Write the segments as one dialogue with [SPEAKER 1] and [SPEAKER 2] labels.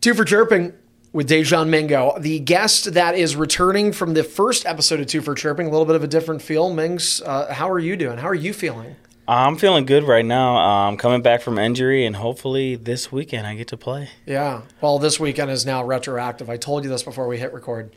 [SPEAKER 1] Two for Chirping with Dejan Mingo, the guest that is returning from the first episode of Two for Chirping. A little bit of a different feel. Mings, uh, how are you doing? How are you feeling?
[SPEAKER 2] I'm feeling good right now. I'm coming back from injury, and hopefully this weekend I get to play.
[SPEAKER 1] Yeah. Well, this weekend is now retroactive. I told you this before we hit record.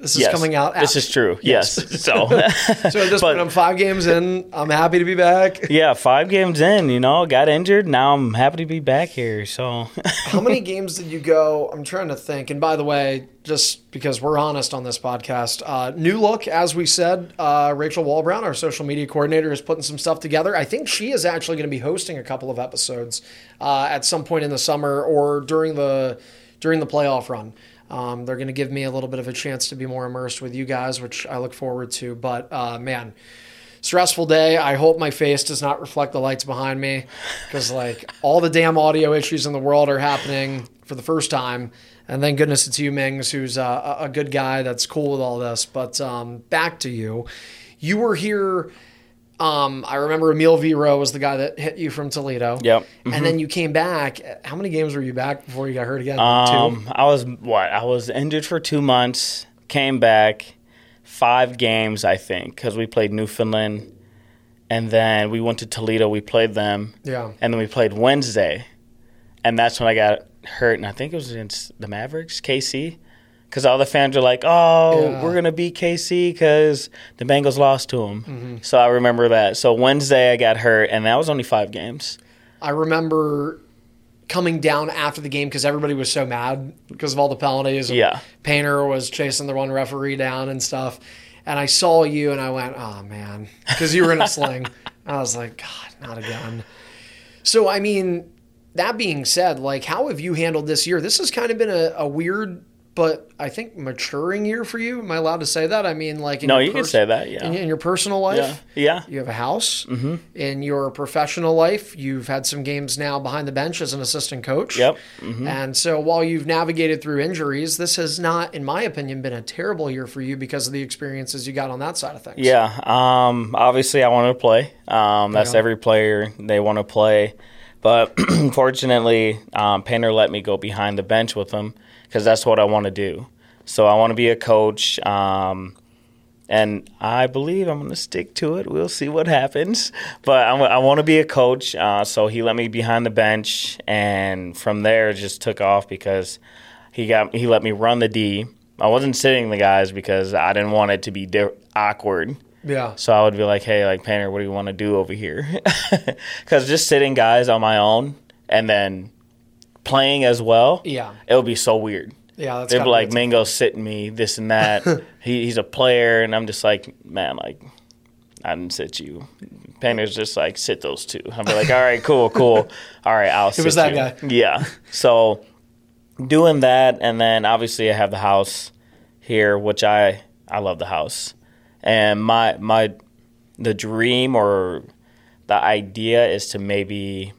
[SPEAKER 1] This is
[SPEAKER 2] Yes.
[SPEAKER 1] coming out.
[SPEAKER 2] This
[SPEAKER 1] after-
[SPEAKER 2] is true. Yes. So,
[SPEAKER 1] So at this
[SPEAKER 2] But-
[SPEAKER 1] point, I'm five games in. I'm happy to be back.
[SPEAKER 2] yeah, five games in, you know, got injured. Now I'm happy to be back here. So,
[SPEAKER 1] How many games did you go? I'm trying to think. And by the way, just because we're honest on this podcast, uh, new look, as we said, uh, Rachel Wallbrown, our social media coordinator, is putting some stuff together. I think she is actually going to be hosting a couple of episodes uh, at some point in the summer or during the during the playoff run. Um, they're going to give me a little bit of a chance to be more immersed with you guys, which I look forward to. But uh, man, stressful day. I hope my face does not reflect the lights behind me because, like, all the damn audio issues in the world are happening for the first time. And thank goodness it's you, Mings, who's uh, a, a good guy that's cool with all this. But um, back to you. You were here. Um, I remember Emil Viro was the guy that hit you from Toledo.
[SPEAKER 2] Yep. Mm-hmm.
[SPEAKER 1] And then you came back. How many games were you back before you got hurt again?
[SPEAKER 2] um, I was what? I was injured for two months, came back, five games, I think, because we played Newfoundland, and then we went to Toledo, we played them,
[SPEAKER 1] Yeah.
[SPEAKER 2] and then we played Wednesday, and that's when I got hurt, and I think it was against the Mavericks, KC, because all the fans were like, "Oh,
[SPEAKER 1] Yeah.
[SPEAKER 2] we're gonna beat KC because the Bengals lost to them."
[SPEAKER 1] Mm-hmm.
[SPEAKER 2] So I remember that. So Wednesday I got hurt, and that was only five games.
[SPEAKER 1] I remember coming down after the game because everybody was so mad because of all the penalties. and
[SPEAKER 2] Yeah.
[SPEAKER 1] Painter was chasing the one referee down and stuff. And I saw you and I went, oh, man, because you were in a sling. I was like, God, not again. So, I mean, that being said, like, how have you handled this year? This has kind of been a, a weird, but I think maturing year for you. Am I allowed to say that? I mean, like, in
[SPEAKER 2] No,
[SPEAKER 1] your
[SPEAKER 2] you can
[SPEAKER 1] pers-
[SPEAKER 2] say that. Yeah.
[SPEAKER 1] In, in your personal life?
[SPEAKER 2] yeah. Yeah.
[SPEAKER 1] You have a house.
[SPEAKER 2] Mm-hmm.
[SPEAKER 1] In your professional life, you've had some games now behind the bench as an assistant coach.
[SPEAKER 2] Yep. Mm-hmm.
[SPEAKER 1] And so while you've navigated through injuries, this has not, in my opinion, been a terrible year for you because of the experiences you got on that side of things.
[SPEAKER 2] Yeah. Um, obviously, I want to play. Um, that's
[SPEAKER 1] Yeah.
[SPEAKER 2] every player they want to play. But fortunately, um, Painter let me go behind the bench with him because that's what I want to do. So I want to be a coach. Um, and I believe I'm going to stick to it. We'll see what happens. But I, want to be a coach. Uh, so he let me behind the bench, and from there it just took off because he got he let me run the D. I wasn't sitting the guys because I didn't want it to be di- awkward.
[SPEAKER 1] Yeah.
[SPEAKER 2] So I would be like, hey, like Painter, what do you want to do over here? Because just sitting guys on my own and then playing as well,
[SPEAKER 1] Yeah.
[SPEAKER 2] it would be so weird.
[SPEAKER 1] Yeah. That's
[SPEAKER 2] They'd be
[SPEAKER 1] gotta
[SPEAKER 2] like,
[SPEAKER 1] be-
[SPEAKER 2] Mingo sitting me, this and that. he, he's a player. And I'm just like, man, like, I didn't sit you. Painter's just like, sit those two. I'm like, all right, cool, cool. All right, I'll sit
[SPEAKER 1] was that
[SPEAKER 2] you.
[SPEAKER 1] guy.
[SPEAKER 2] Yeah. So doing that. And then obviously I have the house here, which I, I love the house. And my, my, the dream or the idea is to maybe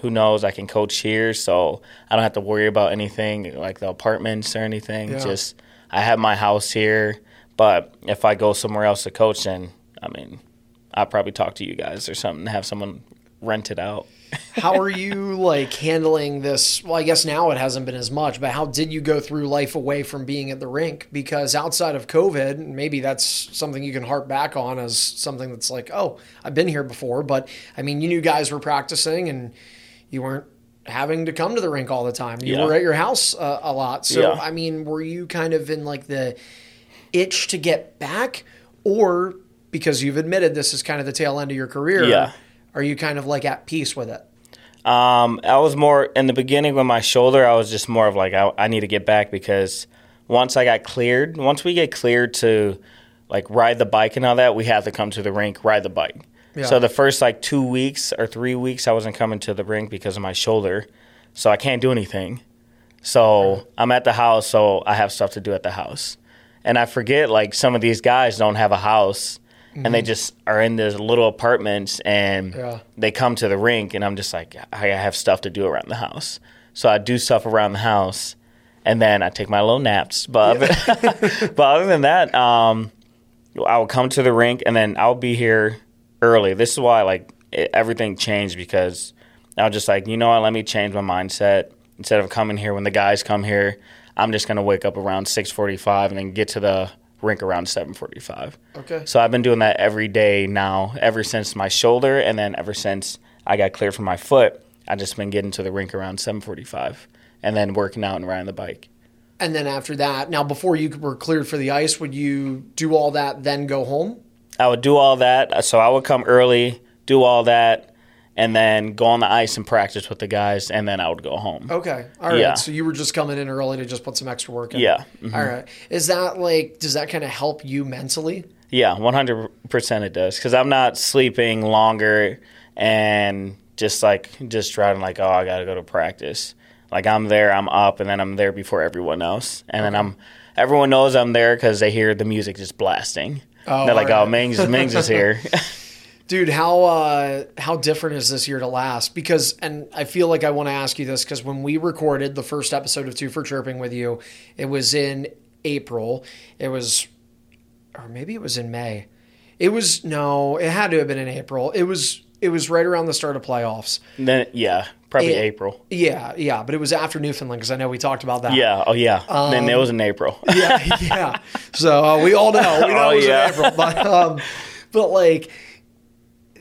[SPEAKER 2] who knows i can coach here so i don't have to worry about anything like the apartments or anything
[SPEAKER 1] Yeah.
[SPEAKER 2] just i have my house here but if i go somewhere else to coach then i mean i'll probably talk to you guys or something have someone rent it out
[SPEAKER 1] how are you like handling this? Well, I guess now it hasn't been as much, but how did you go through life away from being at the rink? Because outside of COVID, maybe that's something you can harp back on as something that's like, oh, I've been here before. But I mean, you knew guys were practicing and you weren't having to come to the rink all the time. You
[SPEAKER 2] Yeah.
[SPEAKER 1] were at your house uh, a lot. So,
[SPEAKER 2] Yeah.
[SPEAKER 1] I mean, were you kind of in like the itch to get back or because you've admitted this is kind of the tail end of your career?
[SPEAKER 2] Yeah.
[SPEAKER 1] Are you kind of like at peace with it?
[SPEAKER 2] Um, I was more in the beginning with my shoulder. I was just more of like I, I need to get back because once I got cleared, once we get cleared to like ride the bike and all that, we have to come to the rink ride the bike.
[SPEAKER 1] Yeah.
[SPEAKER 2] So the first like two weeks or three weeks, I wasn't coming to the rink because of my shoulder, so I can't do anything. So I'm at the house, so I have stuff to do at the house, and I forget like some of these guys don't have a house. And they just are in these little apartments, and
[SPEAKER 1] Yeah.
[SPEAKER 2] they come to the rink and I'm just like, I have stuff to do around the house. So I do stuff around the house and then I take my little naps. But, but other than that, um, I will come to the rink and then I'll be here early. This e, is why like it, everything changed because I was just like, you know what, let me change my mindset instead of coming here when the guys come here, I'm just going to wake up around 6:45 and then get to the rink around 7:45.
[SPEAKER 1] Okay.
[SPEAKER 2] So I've been doing that every day now, ever since my shoulder, and then ever since I got cleared from my foot, I just been getting to the rink around 7:45, and then working out and riding the bike.
[SPEAKER 1] And then after that, now before you were cleared for the ice, would you do all that then go home?
[SPEAKER 2] I would do all that, so I would come early, do all that, and then go on the ice and practice with the guys, and then I would go home.
[SPEAKER 1] Okay. All right.
[SPEAKER 2] Yeah.
[SPEAKER 1] So you were just coming in early to just put some extra work in.
[SPEAKER 2] Yeah. Mm-hmm.
[SPEAKER 1] All right. Is that like does that kind of help you mentally?
[SPEAKER 2] Yeah, 100% it does. Because I'm not sleeping longer and just like, just driving, like, oh, I got to go to practice. Like, I'm there, I'm up, and then I'm there before everyone else. And then I'm, everyone knows I'm there because they hear the music just blasting.
[SPEAKER 1] Oh,
[SPEAKER 2] They're like,
[SPEAKER 1] all
[SPEAKER 2] oh,
[SPEAKER 1] right.
[SPEAKER 2] Mings, Mings is here.
[SPEAKER 1] Dude, how uh, how different is this year to last? Because, and I feel like I want to ask you this because when we recorded the first episode of Two for Chirping with you, it was in April. It was, or maybe it was in May. It was no, it had to have been in April. It was it was right around the start of playoffs.
[SPEAKER 2] then, yeah, probably
[SPEAKER 1] Yeah.
[SPEAKER 2] April.
[SPEAKER 1] Yeah, yeah, but it was after Newfoundland because I know we talked about that.
[SPEAKER 2] Yeah, oh, yeah.
[SPEAKER 1] Um,
[SPEAKER 2] then it was in April.
[SPEAKER 1] yeah, yeah. So uh, we all know. We know
[SPEAKER 2] Oh,
[SPEAKER 1] it was
[SPEAKER 2] yeah.
[SPEAKER 1] in April, but um, but like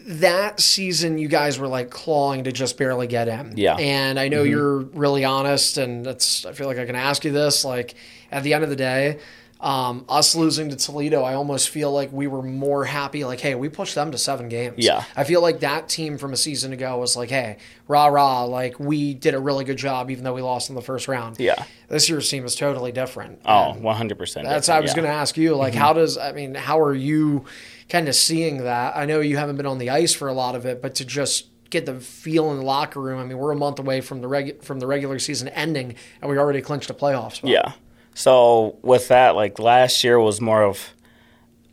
[SPEAKER 1] that season, you guys were like clawing to just barely get in.
[SPEAKER 2] Yeah. Mm-hmm.
[SPEAKER 1] And I know you're really honest, and that's. I feel like I can ask you this. Like at the end of the day. Um, us losing to Toledo, I almost feel like we were more happy. Like, hey, we pushed them to seven games.
[SPEAKER 2] Yeah.
[SPEAKER 1] I feel like that team from a season ago was like, hey, rah rah, like we did a really good job, even though we lost in the first round.
[SPEAKER 2] Yeah.
[SPEAKER 1] This year's team is totally different.
[SPEAKER 2] Oh, 100%.
[SPEAKER 1] That's how I was
[SPEAKER 2] yeah. Mm-hmm.
[SPEAKER 1] going to ask you. Like, how does, I mean, how are you kind of seeing that? I know you haven't been on the ice for a lot of it, but to just get the feel in the locker room, I mean, we're a month away from the regu- from the regular season ending, and we already clinched a playoff spot.
[SPEAKER 2] Yeah. So with that, like last year was more of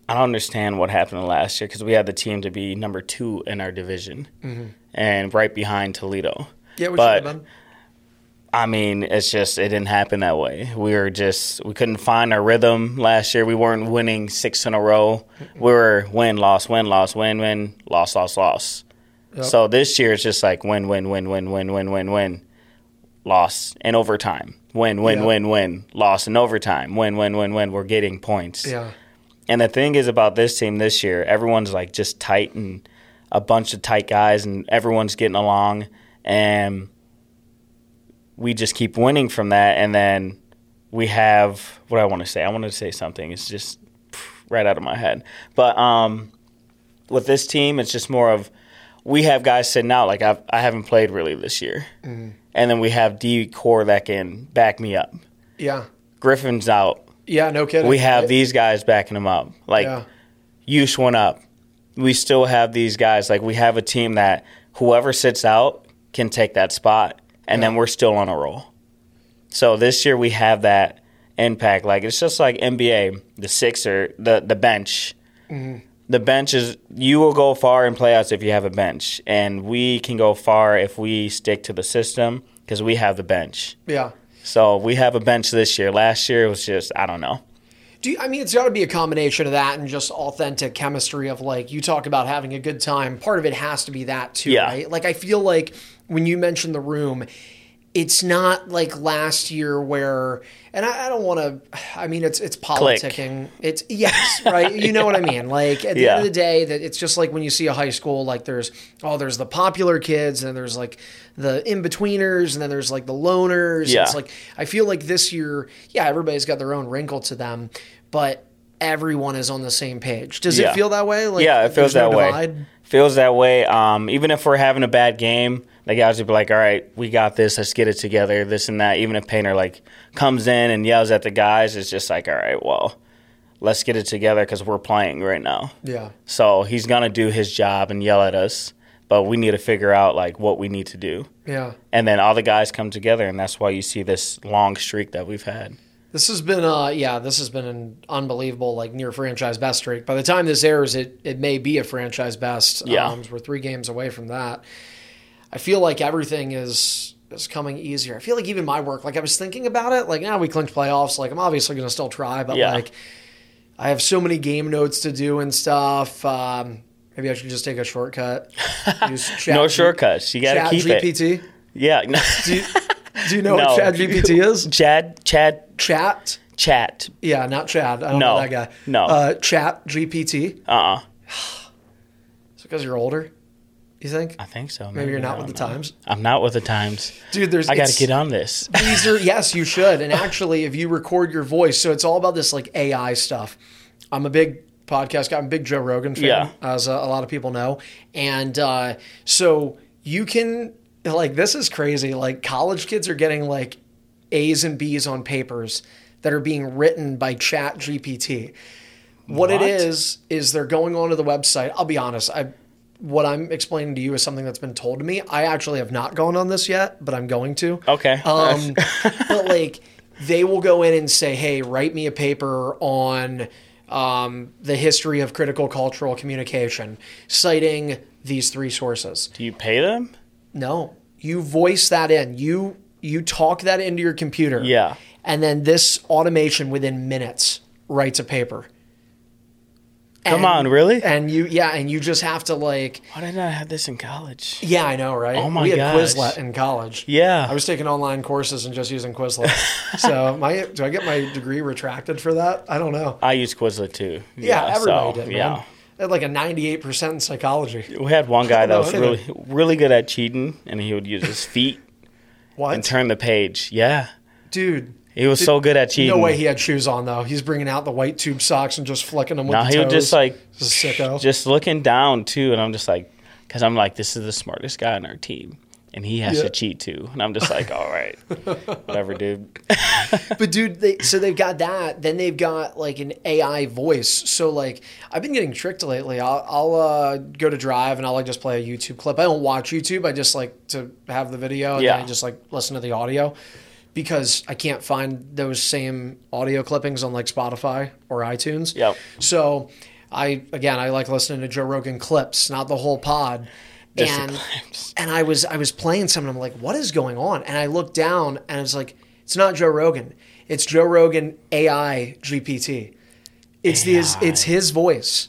[SPEAKER 2] I don't understand what happened last year because we had the team to be number two in our division
[SPEAKER 1] Mm-hmm.
[SPEAKER 2] and right behind Toledo.
[SPEAKER 1] Yeah, we
[SPEAKER 2] But-
[SPEAKER 1] should have been.
[SPEAKER 2] I mean, it's just it didn't happen that way. We were just we couldn't find our rhythm last year. We weren't winning six in a row. We were win loss win loss win win loss loss loss. So this year it's just like win win win win win win win win loss in overtime. Win win
[SPEAKER 1] Yeah.
[SPEAKER 2] win win loss in overtime. Win win win win. We're getting points.
[SPEAKER 1] Yeah.
[SPEAKER 2] And the thing is about this team this year, everyone's like just tight and a bunch of tight guys, and everyone's getting along, and we just keep winning from that. And then we have what I want to say. I want to say something. It's just right out of my head. But um, with this team, it's just more of we have guys sitting out. Like I've, I haven't played really this year, and then we have D core that can back me up.
[SPEAKER 1] Yeah.
[SPEAKER 2] Griffin's out.
[SPEAKER 1] Yeah. No kidding.
[SPEAKER 2] We have these guys backing him up. Like
[SPEAKER 1] Yeah.
[SPEAKER 2] Yush went up. We still have these guys. Like we have a team that whoever sits out can take that spot, and then we're still on a roll. So this year we have that impact. Like it's just like NBA, the Sixer, the the bench. The bench is you will go far in playoffs if you have a bench, and we can go far if we stick to the system because we have the bench.
[SPEAKER 1] Yeah.
[SPEAKER 2] So we have a bench this year. Last year it was just I don't know.
[SPEAKER 1] Do you, I mean it's got to be a combination of that and just authentic chemistry of like you talk about having a good time. Part of it has to be that too,
[SPEAKER 2] Yeah.
[SPEAKER 1] right? Like I feel like when you mention the room, it's not like last year where, and I, I don't want to. I mean, it's it's politicking. It's yes, right. You know what I mean. Like at the
[SPEAKER 2] Yeah.
[SPEAKER 1] end of the day, that it's just like when you see a high school, like there's oh, there's the popular kids, and then there's like the in betweeners, and then there's like the loners.
[SPEAKER 2] Yeah.
[SPEAKER 1] It's like I feel like this year, yeah, everybody's got their own wrinkle to them, but everyone is on the same page. Does
[SPEAKER 2] Yeah.
[SPEAKER 1] it feel that way? Like,
[SPEAKER 2] yeah, it feels
[SPEAKER 1] there's no
[SPEAKER 2] that way.
[SPEAKER 1] divide?
[SPEAKER 2] Feels that way. Um, even if we're having a bad game, the guys would be like, "All right, we got this. Let's get it together." This and that. Even if Painter like comes in and yells at the guys, it's just like, "All right, well, let's get it together because we're playing right now."
[SPEAKER 1] Yeah.
[SPEAKER 2] So he's gonna do his job and yell at us, but we need to figure out like what we need to do.
[SPEAKER 1] Yeah.
[SPEAKER 2] And then all the guys come together, and that's why you see this long streak that we've had.
[SPEAKER 1] This has been uh yeah, this has been an unbelievable like near franchise best streak. By the time this airs, it it may be a franchise best. Um,
[SPEAKER 2] Yeah.
[SPEAKER 1] we're three games away from that. I feel like everything is is coming easier. I feel like even my work, like I was thinking about it, like now we clinched playoffs, like I'm obviously gonna still try, but
[SPEAKER 2] Yeah.
[SPEAKER 1] like I have so many game notes to do and stuff. Um maybe I should just take a shortcut. Use chat,
[SPEAKER 2] No shortcuts. You gotta
[SPEAKER 1] chat
[SPEAKER 2] keep it.
[SPEAKER 1] GPT.
[SPEAKER 2] Yeah.
[SPEAKER 1] Do you, Do you know
[SPEAKER 2] No.
[SPEAKER 1] what Chad GPT is?
[SPEAKER 2] Chad, Chad,
[SPEAKER 1] Chat.
[SPEAKER 2] Chat.
[SPEAKER 1] Yeah, not Chad. I don't
[SPEAKER 2] No.
[SPEAKER 1] know that guy.
[SPEAKER 2] No.
[SPEAKER 1] Uh, Chat GPT.
[SPEAKER 2] Uh, uh
[SPEAKER 1] It's because you're older. You think?
[SPEAKER 2] I think so.
[SPEAKER 1] Maybe you're
[SPEAKER 2] I
[SPEAKER 1] not with
[SPEAKER 2] don't
[SPEAKER 1] the
[SPEAKER 2] know.
[SPEAKER 1] times,
[SPEAKER 2] I'm not with the times.
[SPEAKER 1] dude. There's
[SPEAKER 2] I got
[SPEAKER 1] it's-
[SPEAKER 2] to get on this.
[SPEAKER 1] these are yes you should and actually if you record your voice so it's all about this like ai stuff i'm a big podcast guy i'm a big joe rogan fan
[SPEAKER 2] Yeah.
[SPEAKER 1] as uh, a, a lot of people know and uh, so you can like this is crazy like college kids are getting like a's and b's on papers that are being written by chat gpt what, it
[SPEAKER 2] What?
[SPEAKER 1] is is they're going onto the website i'll be honest i what i'm explaining to you is something that's been told to me i actually have not gone on this yet but i'm going to
[SPEAKER 2] Okay.
[SPEAKER 1] um, but like they will go in and say, "Hey, write me a paper on um, the history of critical cultural communication, citing these three sources."
[SPEAKER 2] Do you pay them?
[SPEAKER 1] No, you voice that in. You you talk that into your computer.
[SPEAKER 2] Yeah.
[SPEAKER 1] and then this automation within minutes writes a paper.
[SPEAKER 2] Come
[SPEAKER 1] And-
[SPEAKER 2] on, really?
[SPEAKER 1] And you, yeah, and you just have to like,
[SPEAKER 2] Why did I have this in college?
[SPEAKER 1] yeah, I know, right? Oh
[SPEAKER 2] my
[SPEAKER 1] we had
[SPEAKER 2] gosh.
[SPEAKER 1] Quizlet in college.
[SPEAKER 2] Yeah.
[SPEAKER 1] I was taking online courses and just using Quizlet. so my do I get my degree retracted for that? I don't know.
[SPEAKER 2] I used Quizlet too.
[SPEAKER 1] Yeah, everybody
[SPEAKER 2] so,
[SPEAKER 1] did. Man.
[SPEAKER 2] Yeah.
[SPEAKER 1] I had like a ninety-eight percent in psychology.
[SPEAKER 2] We had one guy that
[SPEAKER 1] No,
[SPEAKER 2] was
[SPEAKER 1] I
[SPEAKER 2] really really good at cheating, and he would use his feet and
[SPEAKER 1] What,
[SPEAKER 2] turn the page. Yeah,
[SPEAKER 1] dude?
[SPEAKER 2] he was so good at cheating.
[SPEAKER 1] No way he had shoes on though. He's bringing out the white tube socks and just flicking them with
[SPEAKER 2] No,
[SPEAKER 1] the
[SPEAKER 2] he would
[SPEAKER 1] toes.
[SPEAKER 2] just like
[SPEAKER 1] He's a sicko.
[SPEAKER 2] just looking down too, and I'm just like, because I'm like, this is the smartest guy on our team, and he has
[SPEAKER 1] Yeah.
[SPEAKER 2] to cheat too, and I'm just like, all right, whatever, dude.
[SPEAKER 1] but dude, they, so they've got that. Then they've got like an AI voice. So like, I've been getting tricked lately. I'll, I'll uh, go to drive and I'll like just play a YouTube clip. I don't watch YouTube. I just like to have the video and
[SPEAKER 2] Yeah.
[SPEAKER 1] then I just like listen to the audio because I can't find those same audio clippings on like Spotify or iTunes.
[SPEAKER 2] Yep.
[SPEAKER 1] So I again I like listening to Joe Rogan clips, not the whole pod.
[SPEAKER 2] Just the
[SPEAKER 1] and
[SPEAKER 2] clips.
[SPEAKER 1] and I was I was playing some and I'm like, what is going on? And I looked down and it's like, it's not Joe Rogan. It's Joe Rogan AI GPT. It's his
[SPEAKER 2] AI.
[SPEAKER 1] it's his voice.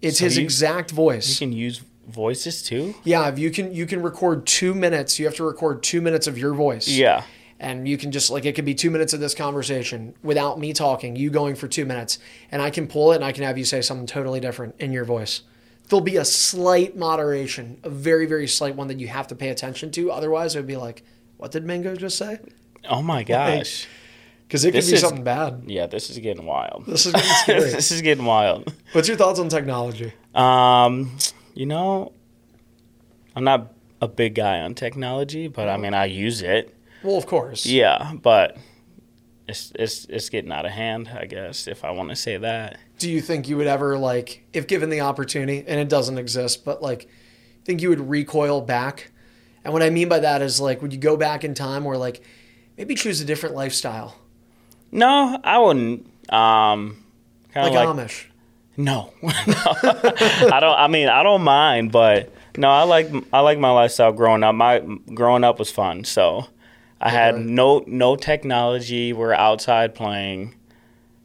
[SPEAKER 1] It's his
[SPEAKER 2] you-
[SPEAKER 1] exact voice.
[SPEAKER 2] You can use voices too.
[SPEAKER 1] yeah, if you can you can record two minutes. You have to record two minutes of your voice.
[SPEAKER 2] Yeah,
[SPEAKER 1] And you can just like it could be two minutes of this conversation without me talking, you going for two minutes, and I can pull it and I can have you say something totally different in your voice. There'll be a slight moderation, a very, very slight one that you have to pay attention to. Otherwise, it would be like, what did Mango just say?
[SPEAKER 2] Oh my gosh.
[SPEAKER 1] Because it could
[SPEAKER 2] This
[SPEAKER 1] be
[SPEAKER 2] is-
[SPEAKER 1] something bad.
[SPEAKER 2] Yeah, this is getting wild.
[SPEAKER 1] This is getting scary.
[SPEAKER 2] this is getting wild.
[SPEAKER 1] What's your thoughts on technology?
[SPEAKER 2] Um, you know, I'm not a big guy on technology, but I mean, I use it.
[SPEAKER 1] Well, of course.
[SPEAKER 2] Yeah, but it's it's it's getting out of hand, I guess, if I want to say that.
[SPEAKER 1] Do you think you would ever like, if given the opportunity, and it doesn't exist, but like, think you would recoil back? And what I mean by that is like, would you go back in time or like, maybe choose a different lifestyle,
[SPEAKER 2] No, I wouldn't. Um, kind
[SPEAKER 1] like,
[SPEAKER 2] of like,
[SPEAKER 1] Amish?
[SPEAKER 2] no, no. I don't. I mean, I don't mind, but no, I like I like my lifestyle growing up. My growing up was fun, so I had
[SPEAKER 1] Okay.
[SPEAKER 2] no no technology. We're outside playing.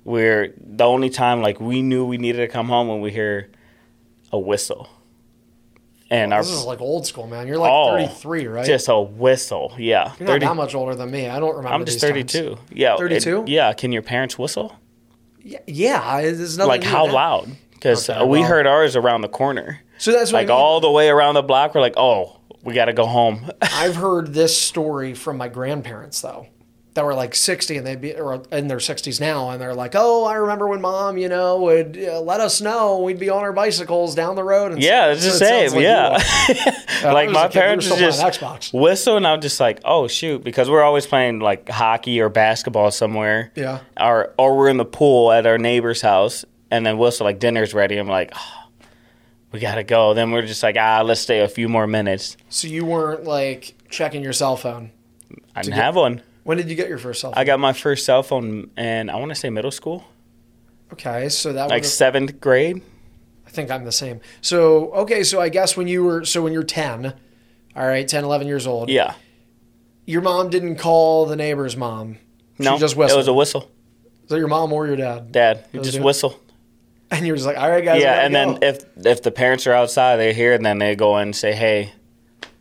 [SPEAKER 2] We're the only time like we knew we needed to come home when we hear a whistle, and our
[SPEAKER 1] This is like old school, man. You're like
[SPEAKER 2] Oh,
[SPEAKER 1] 33, right?
[SPEAKER 2] just a whistle. Yeah,
[SPEAKER 1] You're not that much older than me. I don't remember.
[SPEAKER 2] I'm just
[SPEAKER 1] these times.
[SPEAKER 2] 32. Yeah, it-
[SPEAKER 1] 32?
[SPEAKER 2] yeah. Can your parents whistle?
[SPEAKER 1] Yeah, Oh, yeah I- there's nothing.
[SPEAKER 2] Like
[SPEAKER 1] new to
[SPEAKER 2] how
[SPEAKER 1] that.
[SPEAKER 2] loud? Because
[SPEAKER 1] Okay,
[SPEAKER 2] we
[SPEAKER 1] well-
[SPEAKER 2] heard ours around the corner.
[SPEAKER 1] So that's what
[SPEAKER 2] Like
[SPEAKER 1] I mean.
[SPEAKER 2] all the way around the block, we're like, oh, we got to go home.
[SPEAKER 1] I've heard this story from my grandparents though, that were like 60 and they'd be or in their 60s now, and they're like, "Oh, I remember when mom, you know, would uh, let us know we'd be on our bicycles down the road." And
[SPEAKER 2] yeah, it's
[SPEAKER 1] So
[SPEAKER 2] the
[SPEAKER 1] it sounds
[SPEAKER 2] same.
[SPEAKER 1] like you
[SPEAKER 2] yeah.
[SPEAKER 1] are.
[SPEAKER 2] like
[SPEAKER 1] was a
[SPEAKER 2] my
[SPEAKER 1] kid, we were
[SPEAKER 2] parents
[SPEAKER 1] still
[SPEAKER 2] would
[SPEAKER 1] playing
[SPEAKER 2] just
[SPEAKER 1] Xbox.
[SPEAKER 2] whistle, and I'm just like, oh, shoot. Because we're always playing like hockey or basketball somewhere.
[SPEAKER 1] Yeah.
[SPEAKER 2] Or, or we're in the pool at our neighbor's house, and then whistle, like dinner's ready. I'm like, oh, we got to go. Then we're just like, ah, let's stay a few more minutes.
[SPEAKER 1] So you weren't like checking your cell phone.
[SPEAKER 2] I didn't have one.
[SPEAKER 1] When did you get your first cell phone?
[SPEAKER 2] I got my first cell phone in I want to say middle school,
[SPEAKER 1] okay, so that
[SPEAKER 2] like
[SPEAKER 1] was
[SPEAKER 2] seventh grade.
[SPEAKER 1] I think I'm the same. So, okay, so I guess when you were, so when you're 10, all right, 10, 11 years old,
[SPEAKER 2] Yeah,
[SPEAKER 1] your mom didn't call the neighbor's mom.
[SPEAKER 2] no,
[SPEAKER 1] She just
[SPEAKER 2] it
[SPEAKER 1] whistled.
[SPEAKER 2] was a whistle.
[SPEAKER 1] so your mom or your dad.
[SPEAKER 2] Dad,
[SPEAKER 1] That was
[SPEAKER 2] just
[SPEAKER 1] it.
[SPEAKER 2] whistle.
[SPEAKER 1] And you're just like, all right, guys. we
[SPEAKER 2] Yeah,
[SPEAKER 1] gotta
[SPEAKER 2] and
[SPEAKER 1] go.
[SPEAKER 2] then if if the parents are outside, they hear, and then they go and say, "Hey,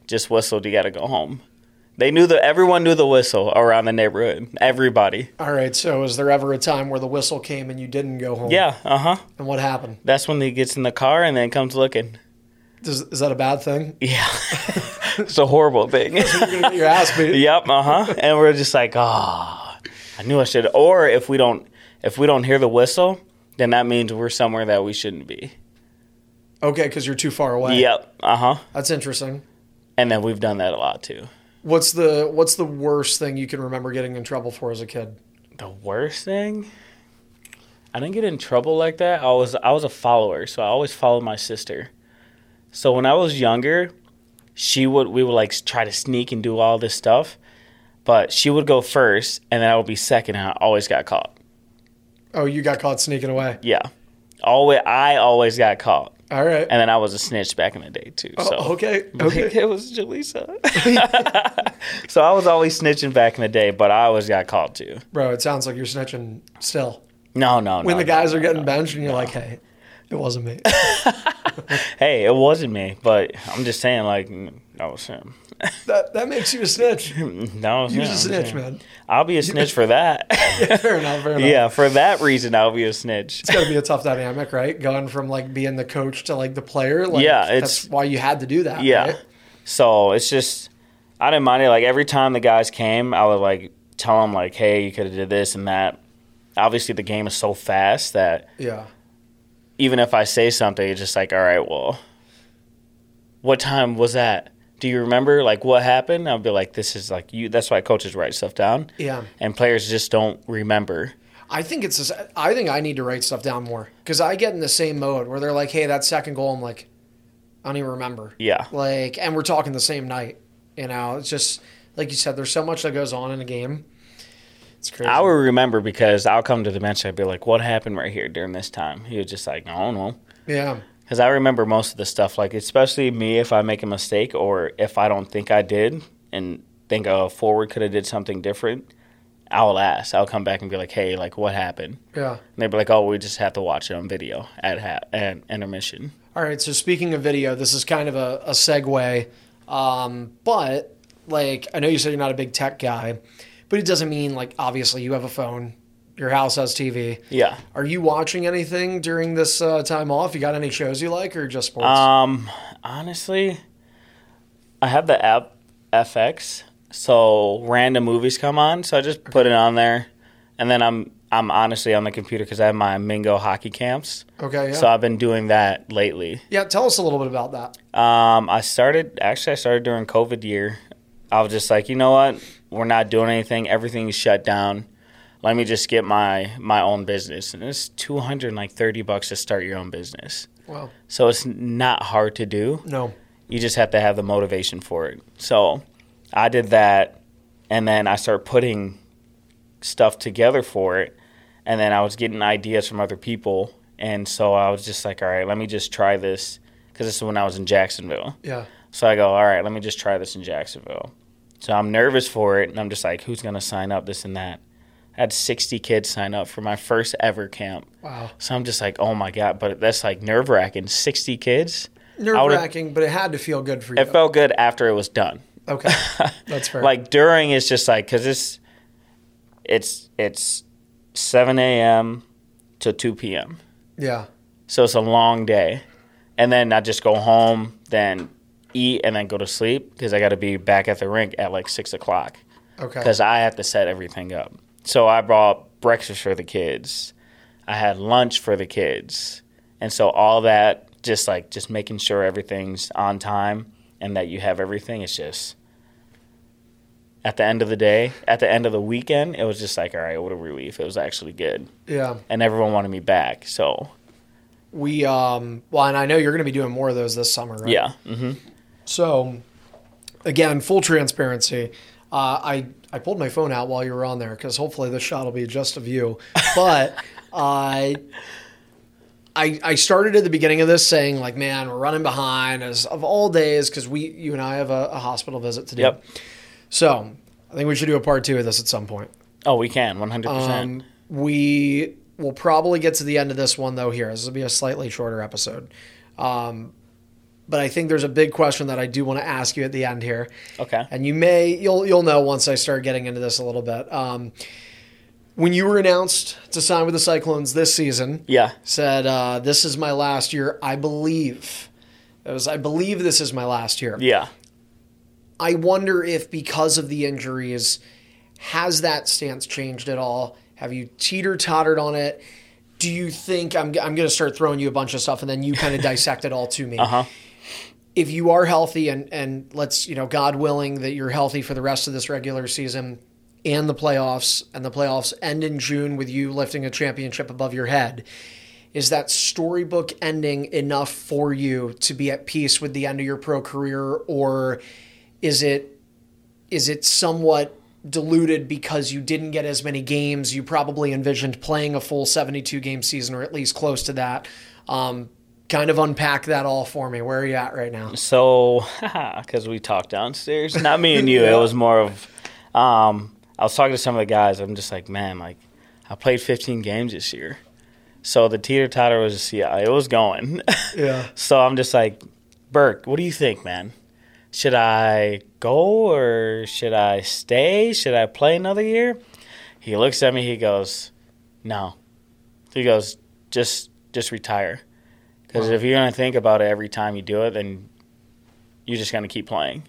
[SPEAKER 2] just whistled. You got to go home." They knew the everyone knew the whistle around the neighborhood. Everybody.
[SPEAKER 1] All right. So, was there ever a time where the whistle came and you didn't go home?
[SPEAKER 2] Yeah. Uh huh.
[SPEAKER 1] And what happened?
[SPEAKER 2] That's when he gets in the car and then comes looking.
[SPEAKER 1] Does, is that a bad thing?
[SPEAKER 2] Yeah. it's a horrible thing.
[SPEAKER 1] You're gonna get your ass beat.
[SPEAKER 2] yep. Uh huh. And we're just like, ah, I knew I should. Or if we don't, if we don't hear the whistle, then that means we're somewhere that we shouldn't be.
[SPEAKER 1] Okay, because you're too far away.
[SPEAKER 2] Yep. Uh huh.
[SPEAKER 1] That's interesting.
[SPEAKER 2] And then we've done that a lot too.
[SPEAKER 1] What's the What's the worst thing you can remember getting in trouble for as a kid?
[SPEAKER 2] The worst thing. I didn't get in trouble like that. I was I was a follower, so I always followed my sister. So when I was younger, she would we would like s- try to sneak and do all this stuff, but she would go first, and then I would be second, and I always got caught.
[SPEAKER 1] Oh, you got caught sneaking away.
[SPEAKER 2] Yeah, always I always got caught,
[SPEAKER 1] All right.
[SPEAKER 2] and then I was a snitch back in the day too. So
[SPEAKER 1] Oh, okay.
[SPEAKER 2] Like,
[SPEAKER 1] Okay.
[SPEAKER 2] it was Jaleesa. so I was always snitching back in the day, but I always got caught too.
[SPEAKER 1] Bro, it sounds like you're snitching still.
[SPEAKER 2] No, no,
[SPEAKER 1] When
[SPEAKER 2] no,
[SPEAKER 1] the
[SPEAKER 2] Uh, no.
[SPEAKER 1] guys are getting benched and you're like, hey, it wasn't me.
[SPEAKER 2] Hey, it wasn't me, but I'm just saying, like, mm, that was him.
[SPEAKER 1] that, that makes you a snitch.
[SPEAKER 2] That was
[SPEAKER 1] You're
[SPEAKER 2] him.
[SPEAKER 1] just a snitch, man.
[SPEAKER 2] I'll be a snitch for that.
[SPEAKER 1] Fair enough. Fair enough.
[SPEAKER 2] yeah, for that reason, I'll be a snitch.
[SPEAKER 1] It's gotta be a tough dynamic, right? Going from like being the coach to like the player. Like,
[SPEAKER 2] Yeah,
[SPEAKER 1] that's
[SPEAKER 2] it's-
[SPEAKER 1] why you had to do that.
[SPEAKER 2] Yeah.
[SPEAKER 1] right?
[SPEAKER 2] So it's just I didn't mind it. Like every time the guys came, I would like tell them like, "Hey, you could have did this and that." Obviously, the game is so fast that
[SPEAKER 1] Yeah.
[SPEAKER 2] even if I say something, it's just like, "All right, well, what time was that? Do you remember like what happened?" I'll be like, "This is like you." That's why coaches write stuff down.
[SPEAKER 1] Yeah.
[SPEAKER 2] And players just don't remember.
[SPEAKER 1] I think it's. just- I think I need to write stuff down more because I get in the same mode where they're like, "Hey, that second goal," I'm like, "I don't even remember."
[SPEAKER 2] Yeah.
[SPEAKER 1] Like, and we're talking the same night. You know, it's just like you said. There's so much that goes on in a game. It's crazy.
[SPEAKER 2] I would remember because I'll come to the bench. I'd be like, "What happened right here during this time?" He was just like, "I don't know."
[SPEAKER 1] yeah.
[SPEAKER 2] Because I remember most of the stuff, like especially me if I make a mistake or if I don't think I did and think a forward could have did something different, I'll ask. I'll come back and be like, "Hey, like what happened?"
[SPEAKER 1] Yeah.
[SPEAKER 2] And they'd be like, "Oh, we just have to watch it on video at ha- at intermission."
[SPEAKER 1] All right. So speaking of video, this is kind of a, a segue. Um, but like, I know you said you're not a big tech guy, but it doesn't mean like obviously you have a phone. Your house has TV.
[SPEAKER 2] Yeah.
[SPEAKER 1] Are you watching anything during this uh, time off? You got any shows you like or just sports?
[SPEAKER 2] Um, honestly, I have the app FX, so random movies come on, so I just put it on there, and then I'm I'm honestly on the computer because I have my Mingo hockey camps,
[SPEAKER 1] okay, yeah.
[SPEAKER 2] so I've been doing that lately.
[SPEAKER 1] yeah, tell us a little bit about that.
[SPEAKER 2] Um, I started actually I started during COVID year. I was just like, you know what, we're not doing anything. Everything's shut down. Let me just get my my own business, and it's two hundred like thirty bucks to start your own business.
[SPEAKER 1] Wow.
[SPEAKER 2] So it's not hard to do
[SPEAKER 1] No.
[SPEAKER 2] you just have to have the motivation for it. So I did that, and then I started putting stuff together for it, and then I was getting ideas from other people, and so I was just like, all right, let me just try this because this is when I was in Jacksonville.
[SPEAKER 1] Yeah.
[SPEAKER 2] So I go, all right, let me just try this in Jacksonville. So I'm nervous for it, and I'm just like, who's gonna sign up? This and that. I had 60 kids sign up for my first ever camp.
[SPEAKER 1] Wow.
[SPEAKER 2] So I'm just like, oh my god, but that's like nerve wracking. 60 kids.
[SPEAKER 1] Nerve wracking, but it had to feel good for you.
[SPEAKER 2] It felt good after it was done.
[SPEAKER 1] okay. That's fair.
[SPEAKER 2] Like during, it's just like because it's it's it's seven a.m. to two p.m.
[SPEAKER 1] yeah.
[SPEAKER 2] So it's a long day, and then I just go home, then eat, and then go to sleep because I got to be back at the rink at like six o'clock
[SPEAKER 1] Okay.
[SPEAKER 2] because I have to set everything up. So I brought breakfast for the kids. I had lunch for the kids. And so all that just like just making sure everything's on time and that you have everything it's just at the end of the day, at the end of the weekend, it was just like, all right, what a relief. It was actually good.
[SPEAKER 1] Yeah.
[SPEAKER 2] And everyone wanted me back. So,
[SPEAKER 1] We um well and I know you're gonna be doing more of those this summer, right? Mm-hmm.
[SPEAKER 2] yeah. hmm
[SPEAKER 1] So, again, full transparency. Uh, I I pulled my phone out while you were on there because hopefully this shot will be just of you. But I. I, I started at the beginning of this saying like, man, we're running behind as of all days because we, you and I have a, a hospital visit to do.
[SPEAKER 2] Yep.
[SPEAKER 1] So I think we should do a part two of this at some point.
[SPEAKER 2] Oh, we can 100%.
[SPEAKER 1] Um, we will probably get to the end of this one though. Here, this will be a slightly shorter episode. Um, but I think there's a big question that I do want to ask you at the end here.
[SPEAKER 2] Okay.
[SPEAKER 1] And you may you'll you'll know once I start getting into this a little bit. Um, when you were announced to sign with the Cyclones this season,
[SPEAKER 2] Yeah.
[SPEAKER 1] said uh, this is my last year. I believe it was. I believe this is my last year.
[SPEAKER 2] Yeah.
[SPEAKER 1] I wonder if because of the injuries, has that stance changed at all? Have you teeter tottered on it? Do you think I'm, I'm going to start throwing you a bunch of stuff and then you kind of dissect it all to me?
[SPEAKER 2] Uh-huh.
[SPEAKER 1] If you are healthy and, and let's, you know, God willing that you're healthy for the rest of this regular season and the playoffs, and the playoffs end in June with you lifting a championship above your head, is that storybook ending enough for you to be at peace with the end of your pro career or is it is it somewhat diluted because you didn't get as many games you probably envisioned playing a full 72 game season or at least close to that um, kind of unpack that all for me where are you at right now
[SPEAKER 2] So, because we talked downstairs, not me and you. It was more of, um, I was talking to some of the guys. I'm just like, man, like, I played 15 games this year. So the teeter totter was, yeah, it was going.
[SPEAKER 1] yeah
[SPEAKER 2] so I'm just like, Burke, what do you think, man? Should I go or should I stay? Should I play another year? He looks at me. He goes, no. He goes, just just retire. Because if you're gonna think about it every time you do it, then you're just gonna keep playing.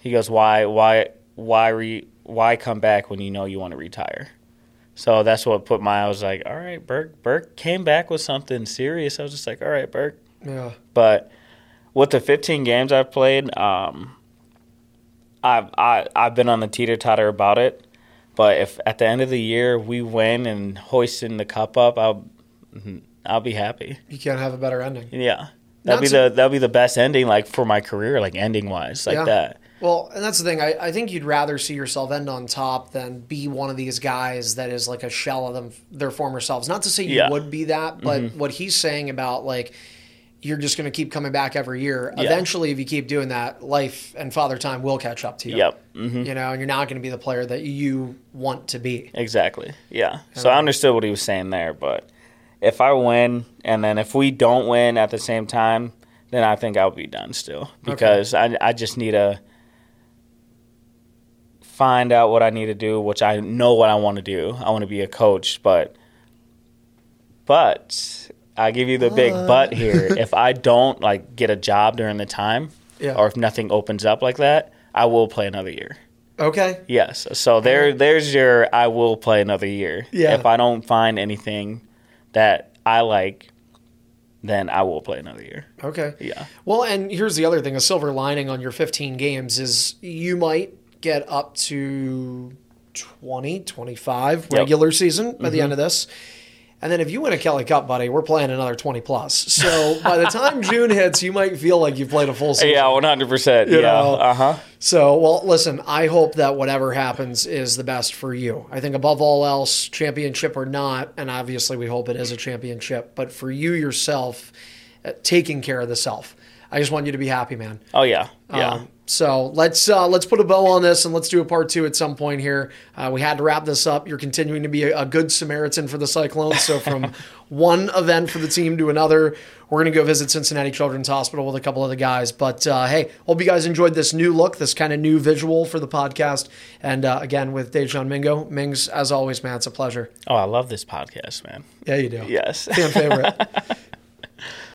[SPEAKER 2] He goes, why why why re, why come back when you know you want to retire? So that's what put my I was like, all right, Burke Burke came back with something serious. I was just like, all right, Burke.
[SPEAKER 1] yeah
[SPEAKER 2] But with the 15 games I've played, um, I've I, I've been on the teeter totter about it. But if at the end of the year we win and hoisting the cup up, I'll mm-hmm, I'll be happy.
[SPEAKER 1] you can't have a better ending
[SPEAKER 2] Yeah,
[SPEAKER 1] Not
[SPEAKER 2] that'll be
[SPEAKER 1] so-
[SPEAKER 2] the that'll be the best ending like for my career, like ending wise, like
[SPEAKER 1] Yeah.
[SPEAKER 2] that.
[SPEAKER 1] well and that's the thing I, I think you'd rather see yourself end on top than be one of these guys that is like a shell of them their former selves not to say you
[SPEAKER 2] Yeah. Mm-hmm.
[SPEAKER 1] would be that but what he's saying about like you're just going to keep coming back every year. Eventually, if you keep doing that, life and father time will catch up to you.
[SPEAKER 2] Yep. Mm-hmm.
[SPEAKER 1] you know, and you're not going to be the player that you want to be.
[SPEAKER 2] Exactly. Yeah. So I understood what he was saying there, but if I win and then if we don't win at the same time, then I think I'll be done still because I I just need to find out what I need to do, which I know what I want to do. I want to be a coach, but but I give you the big but here. if I don't like get a job during the time
[SPEAKER 1] Yeah.
[SPEAKER 2] or if nothing opens up like that, I will play another year.
[SPEAKER 1] Okay.
[SPEAKER 2] Yes. So there, there's your. I will play another year.
[SPEAKER 1] Yeah.
[SPEAKER 2] If I don't find anything that I like, then I will play another year.
[SPEAKER 1] Okay.
[SPEAKER 2] Yeah.
[SPEAKER 1] Well, and here's the other thing: a silver lining on your 15 games is you might get up to 20, 25 regular season by the end of this. And then if you win a Kelly Cup, buddy, we're playing another 20 plus. So by the time June hits, you might feel like you played a full season.
[SPEAKER 2] Yeah, one hundred percent.
[SPEAKER 1] You
[SPEAKER 2] Yeah.
[SPEAKER 1] know.
[SPEAKER 2] Uh huh.
[SPEAKER 1] So, well, listen, I hope that whatever happens is the best for you. I think above all else, championship or not, and obviously we hope it is a championship, but for you yourself, uh, taking care of the self. I just want you to be happy, man.
[SPEAKER 2] Oh yeah. Yeah.
[SPEAKER 1] Um, so let's uh, let's put a bow on this and let's do a part two at some point here. Uh, we had to wrap this up. You're continuing to be a, a good Samaritan for the Cyclones. So from one event for the team to another, we're gonna go visit Cincinnati Children's Hospital with a couple of the guys. But uh, hey, hope you guys enjoyed this new look, this kind of new visual for the podcast. And uh, again with Dejan Mingo, Mings as always, man, it's a pleasure.
[SPEAKER 2] oh, I love this podcast, man.
[SPEAKER 1] Yeah, you do.
[SPEAKER 2] Yes.
[SPEAKER 1] Fan favorite.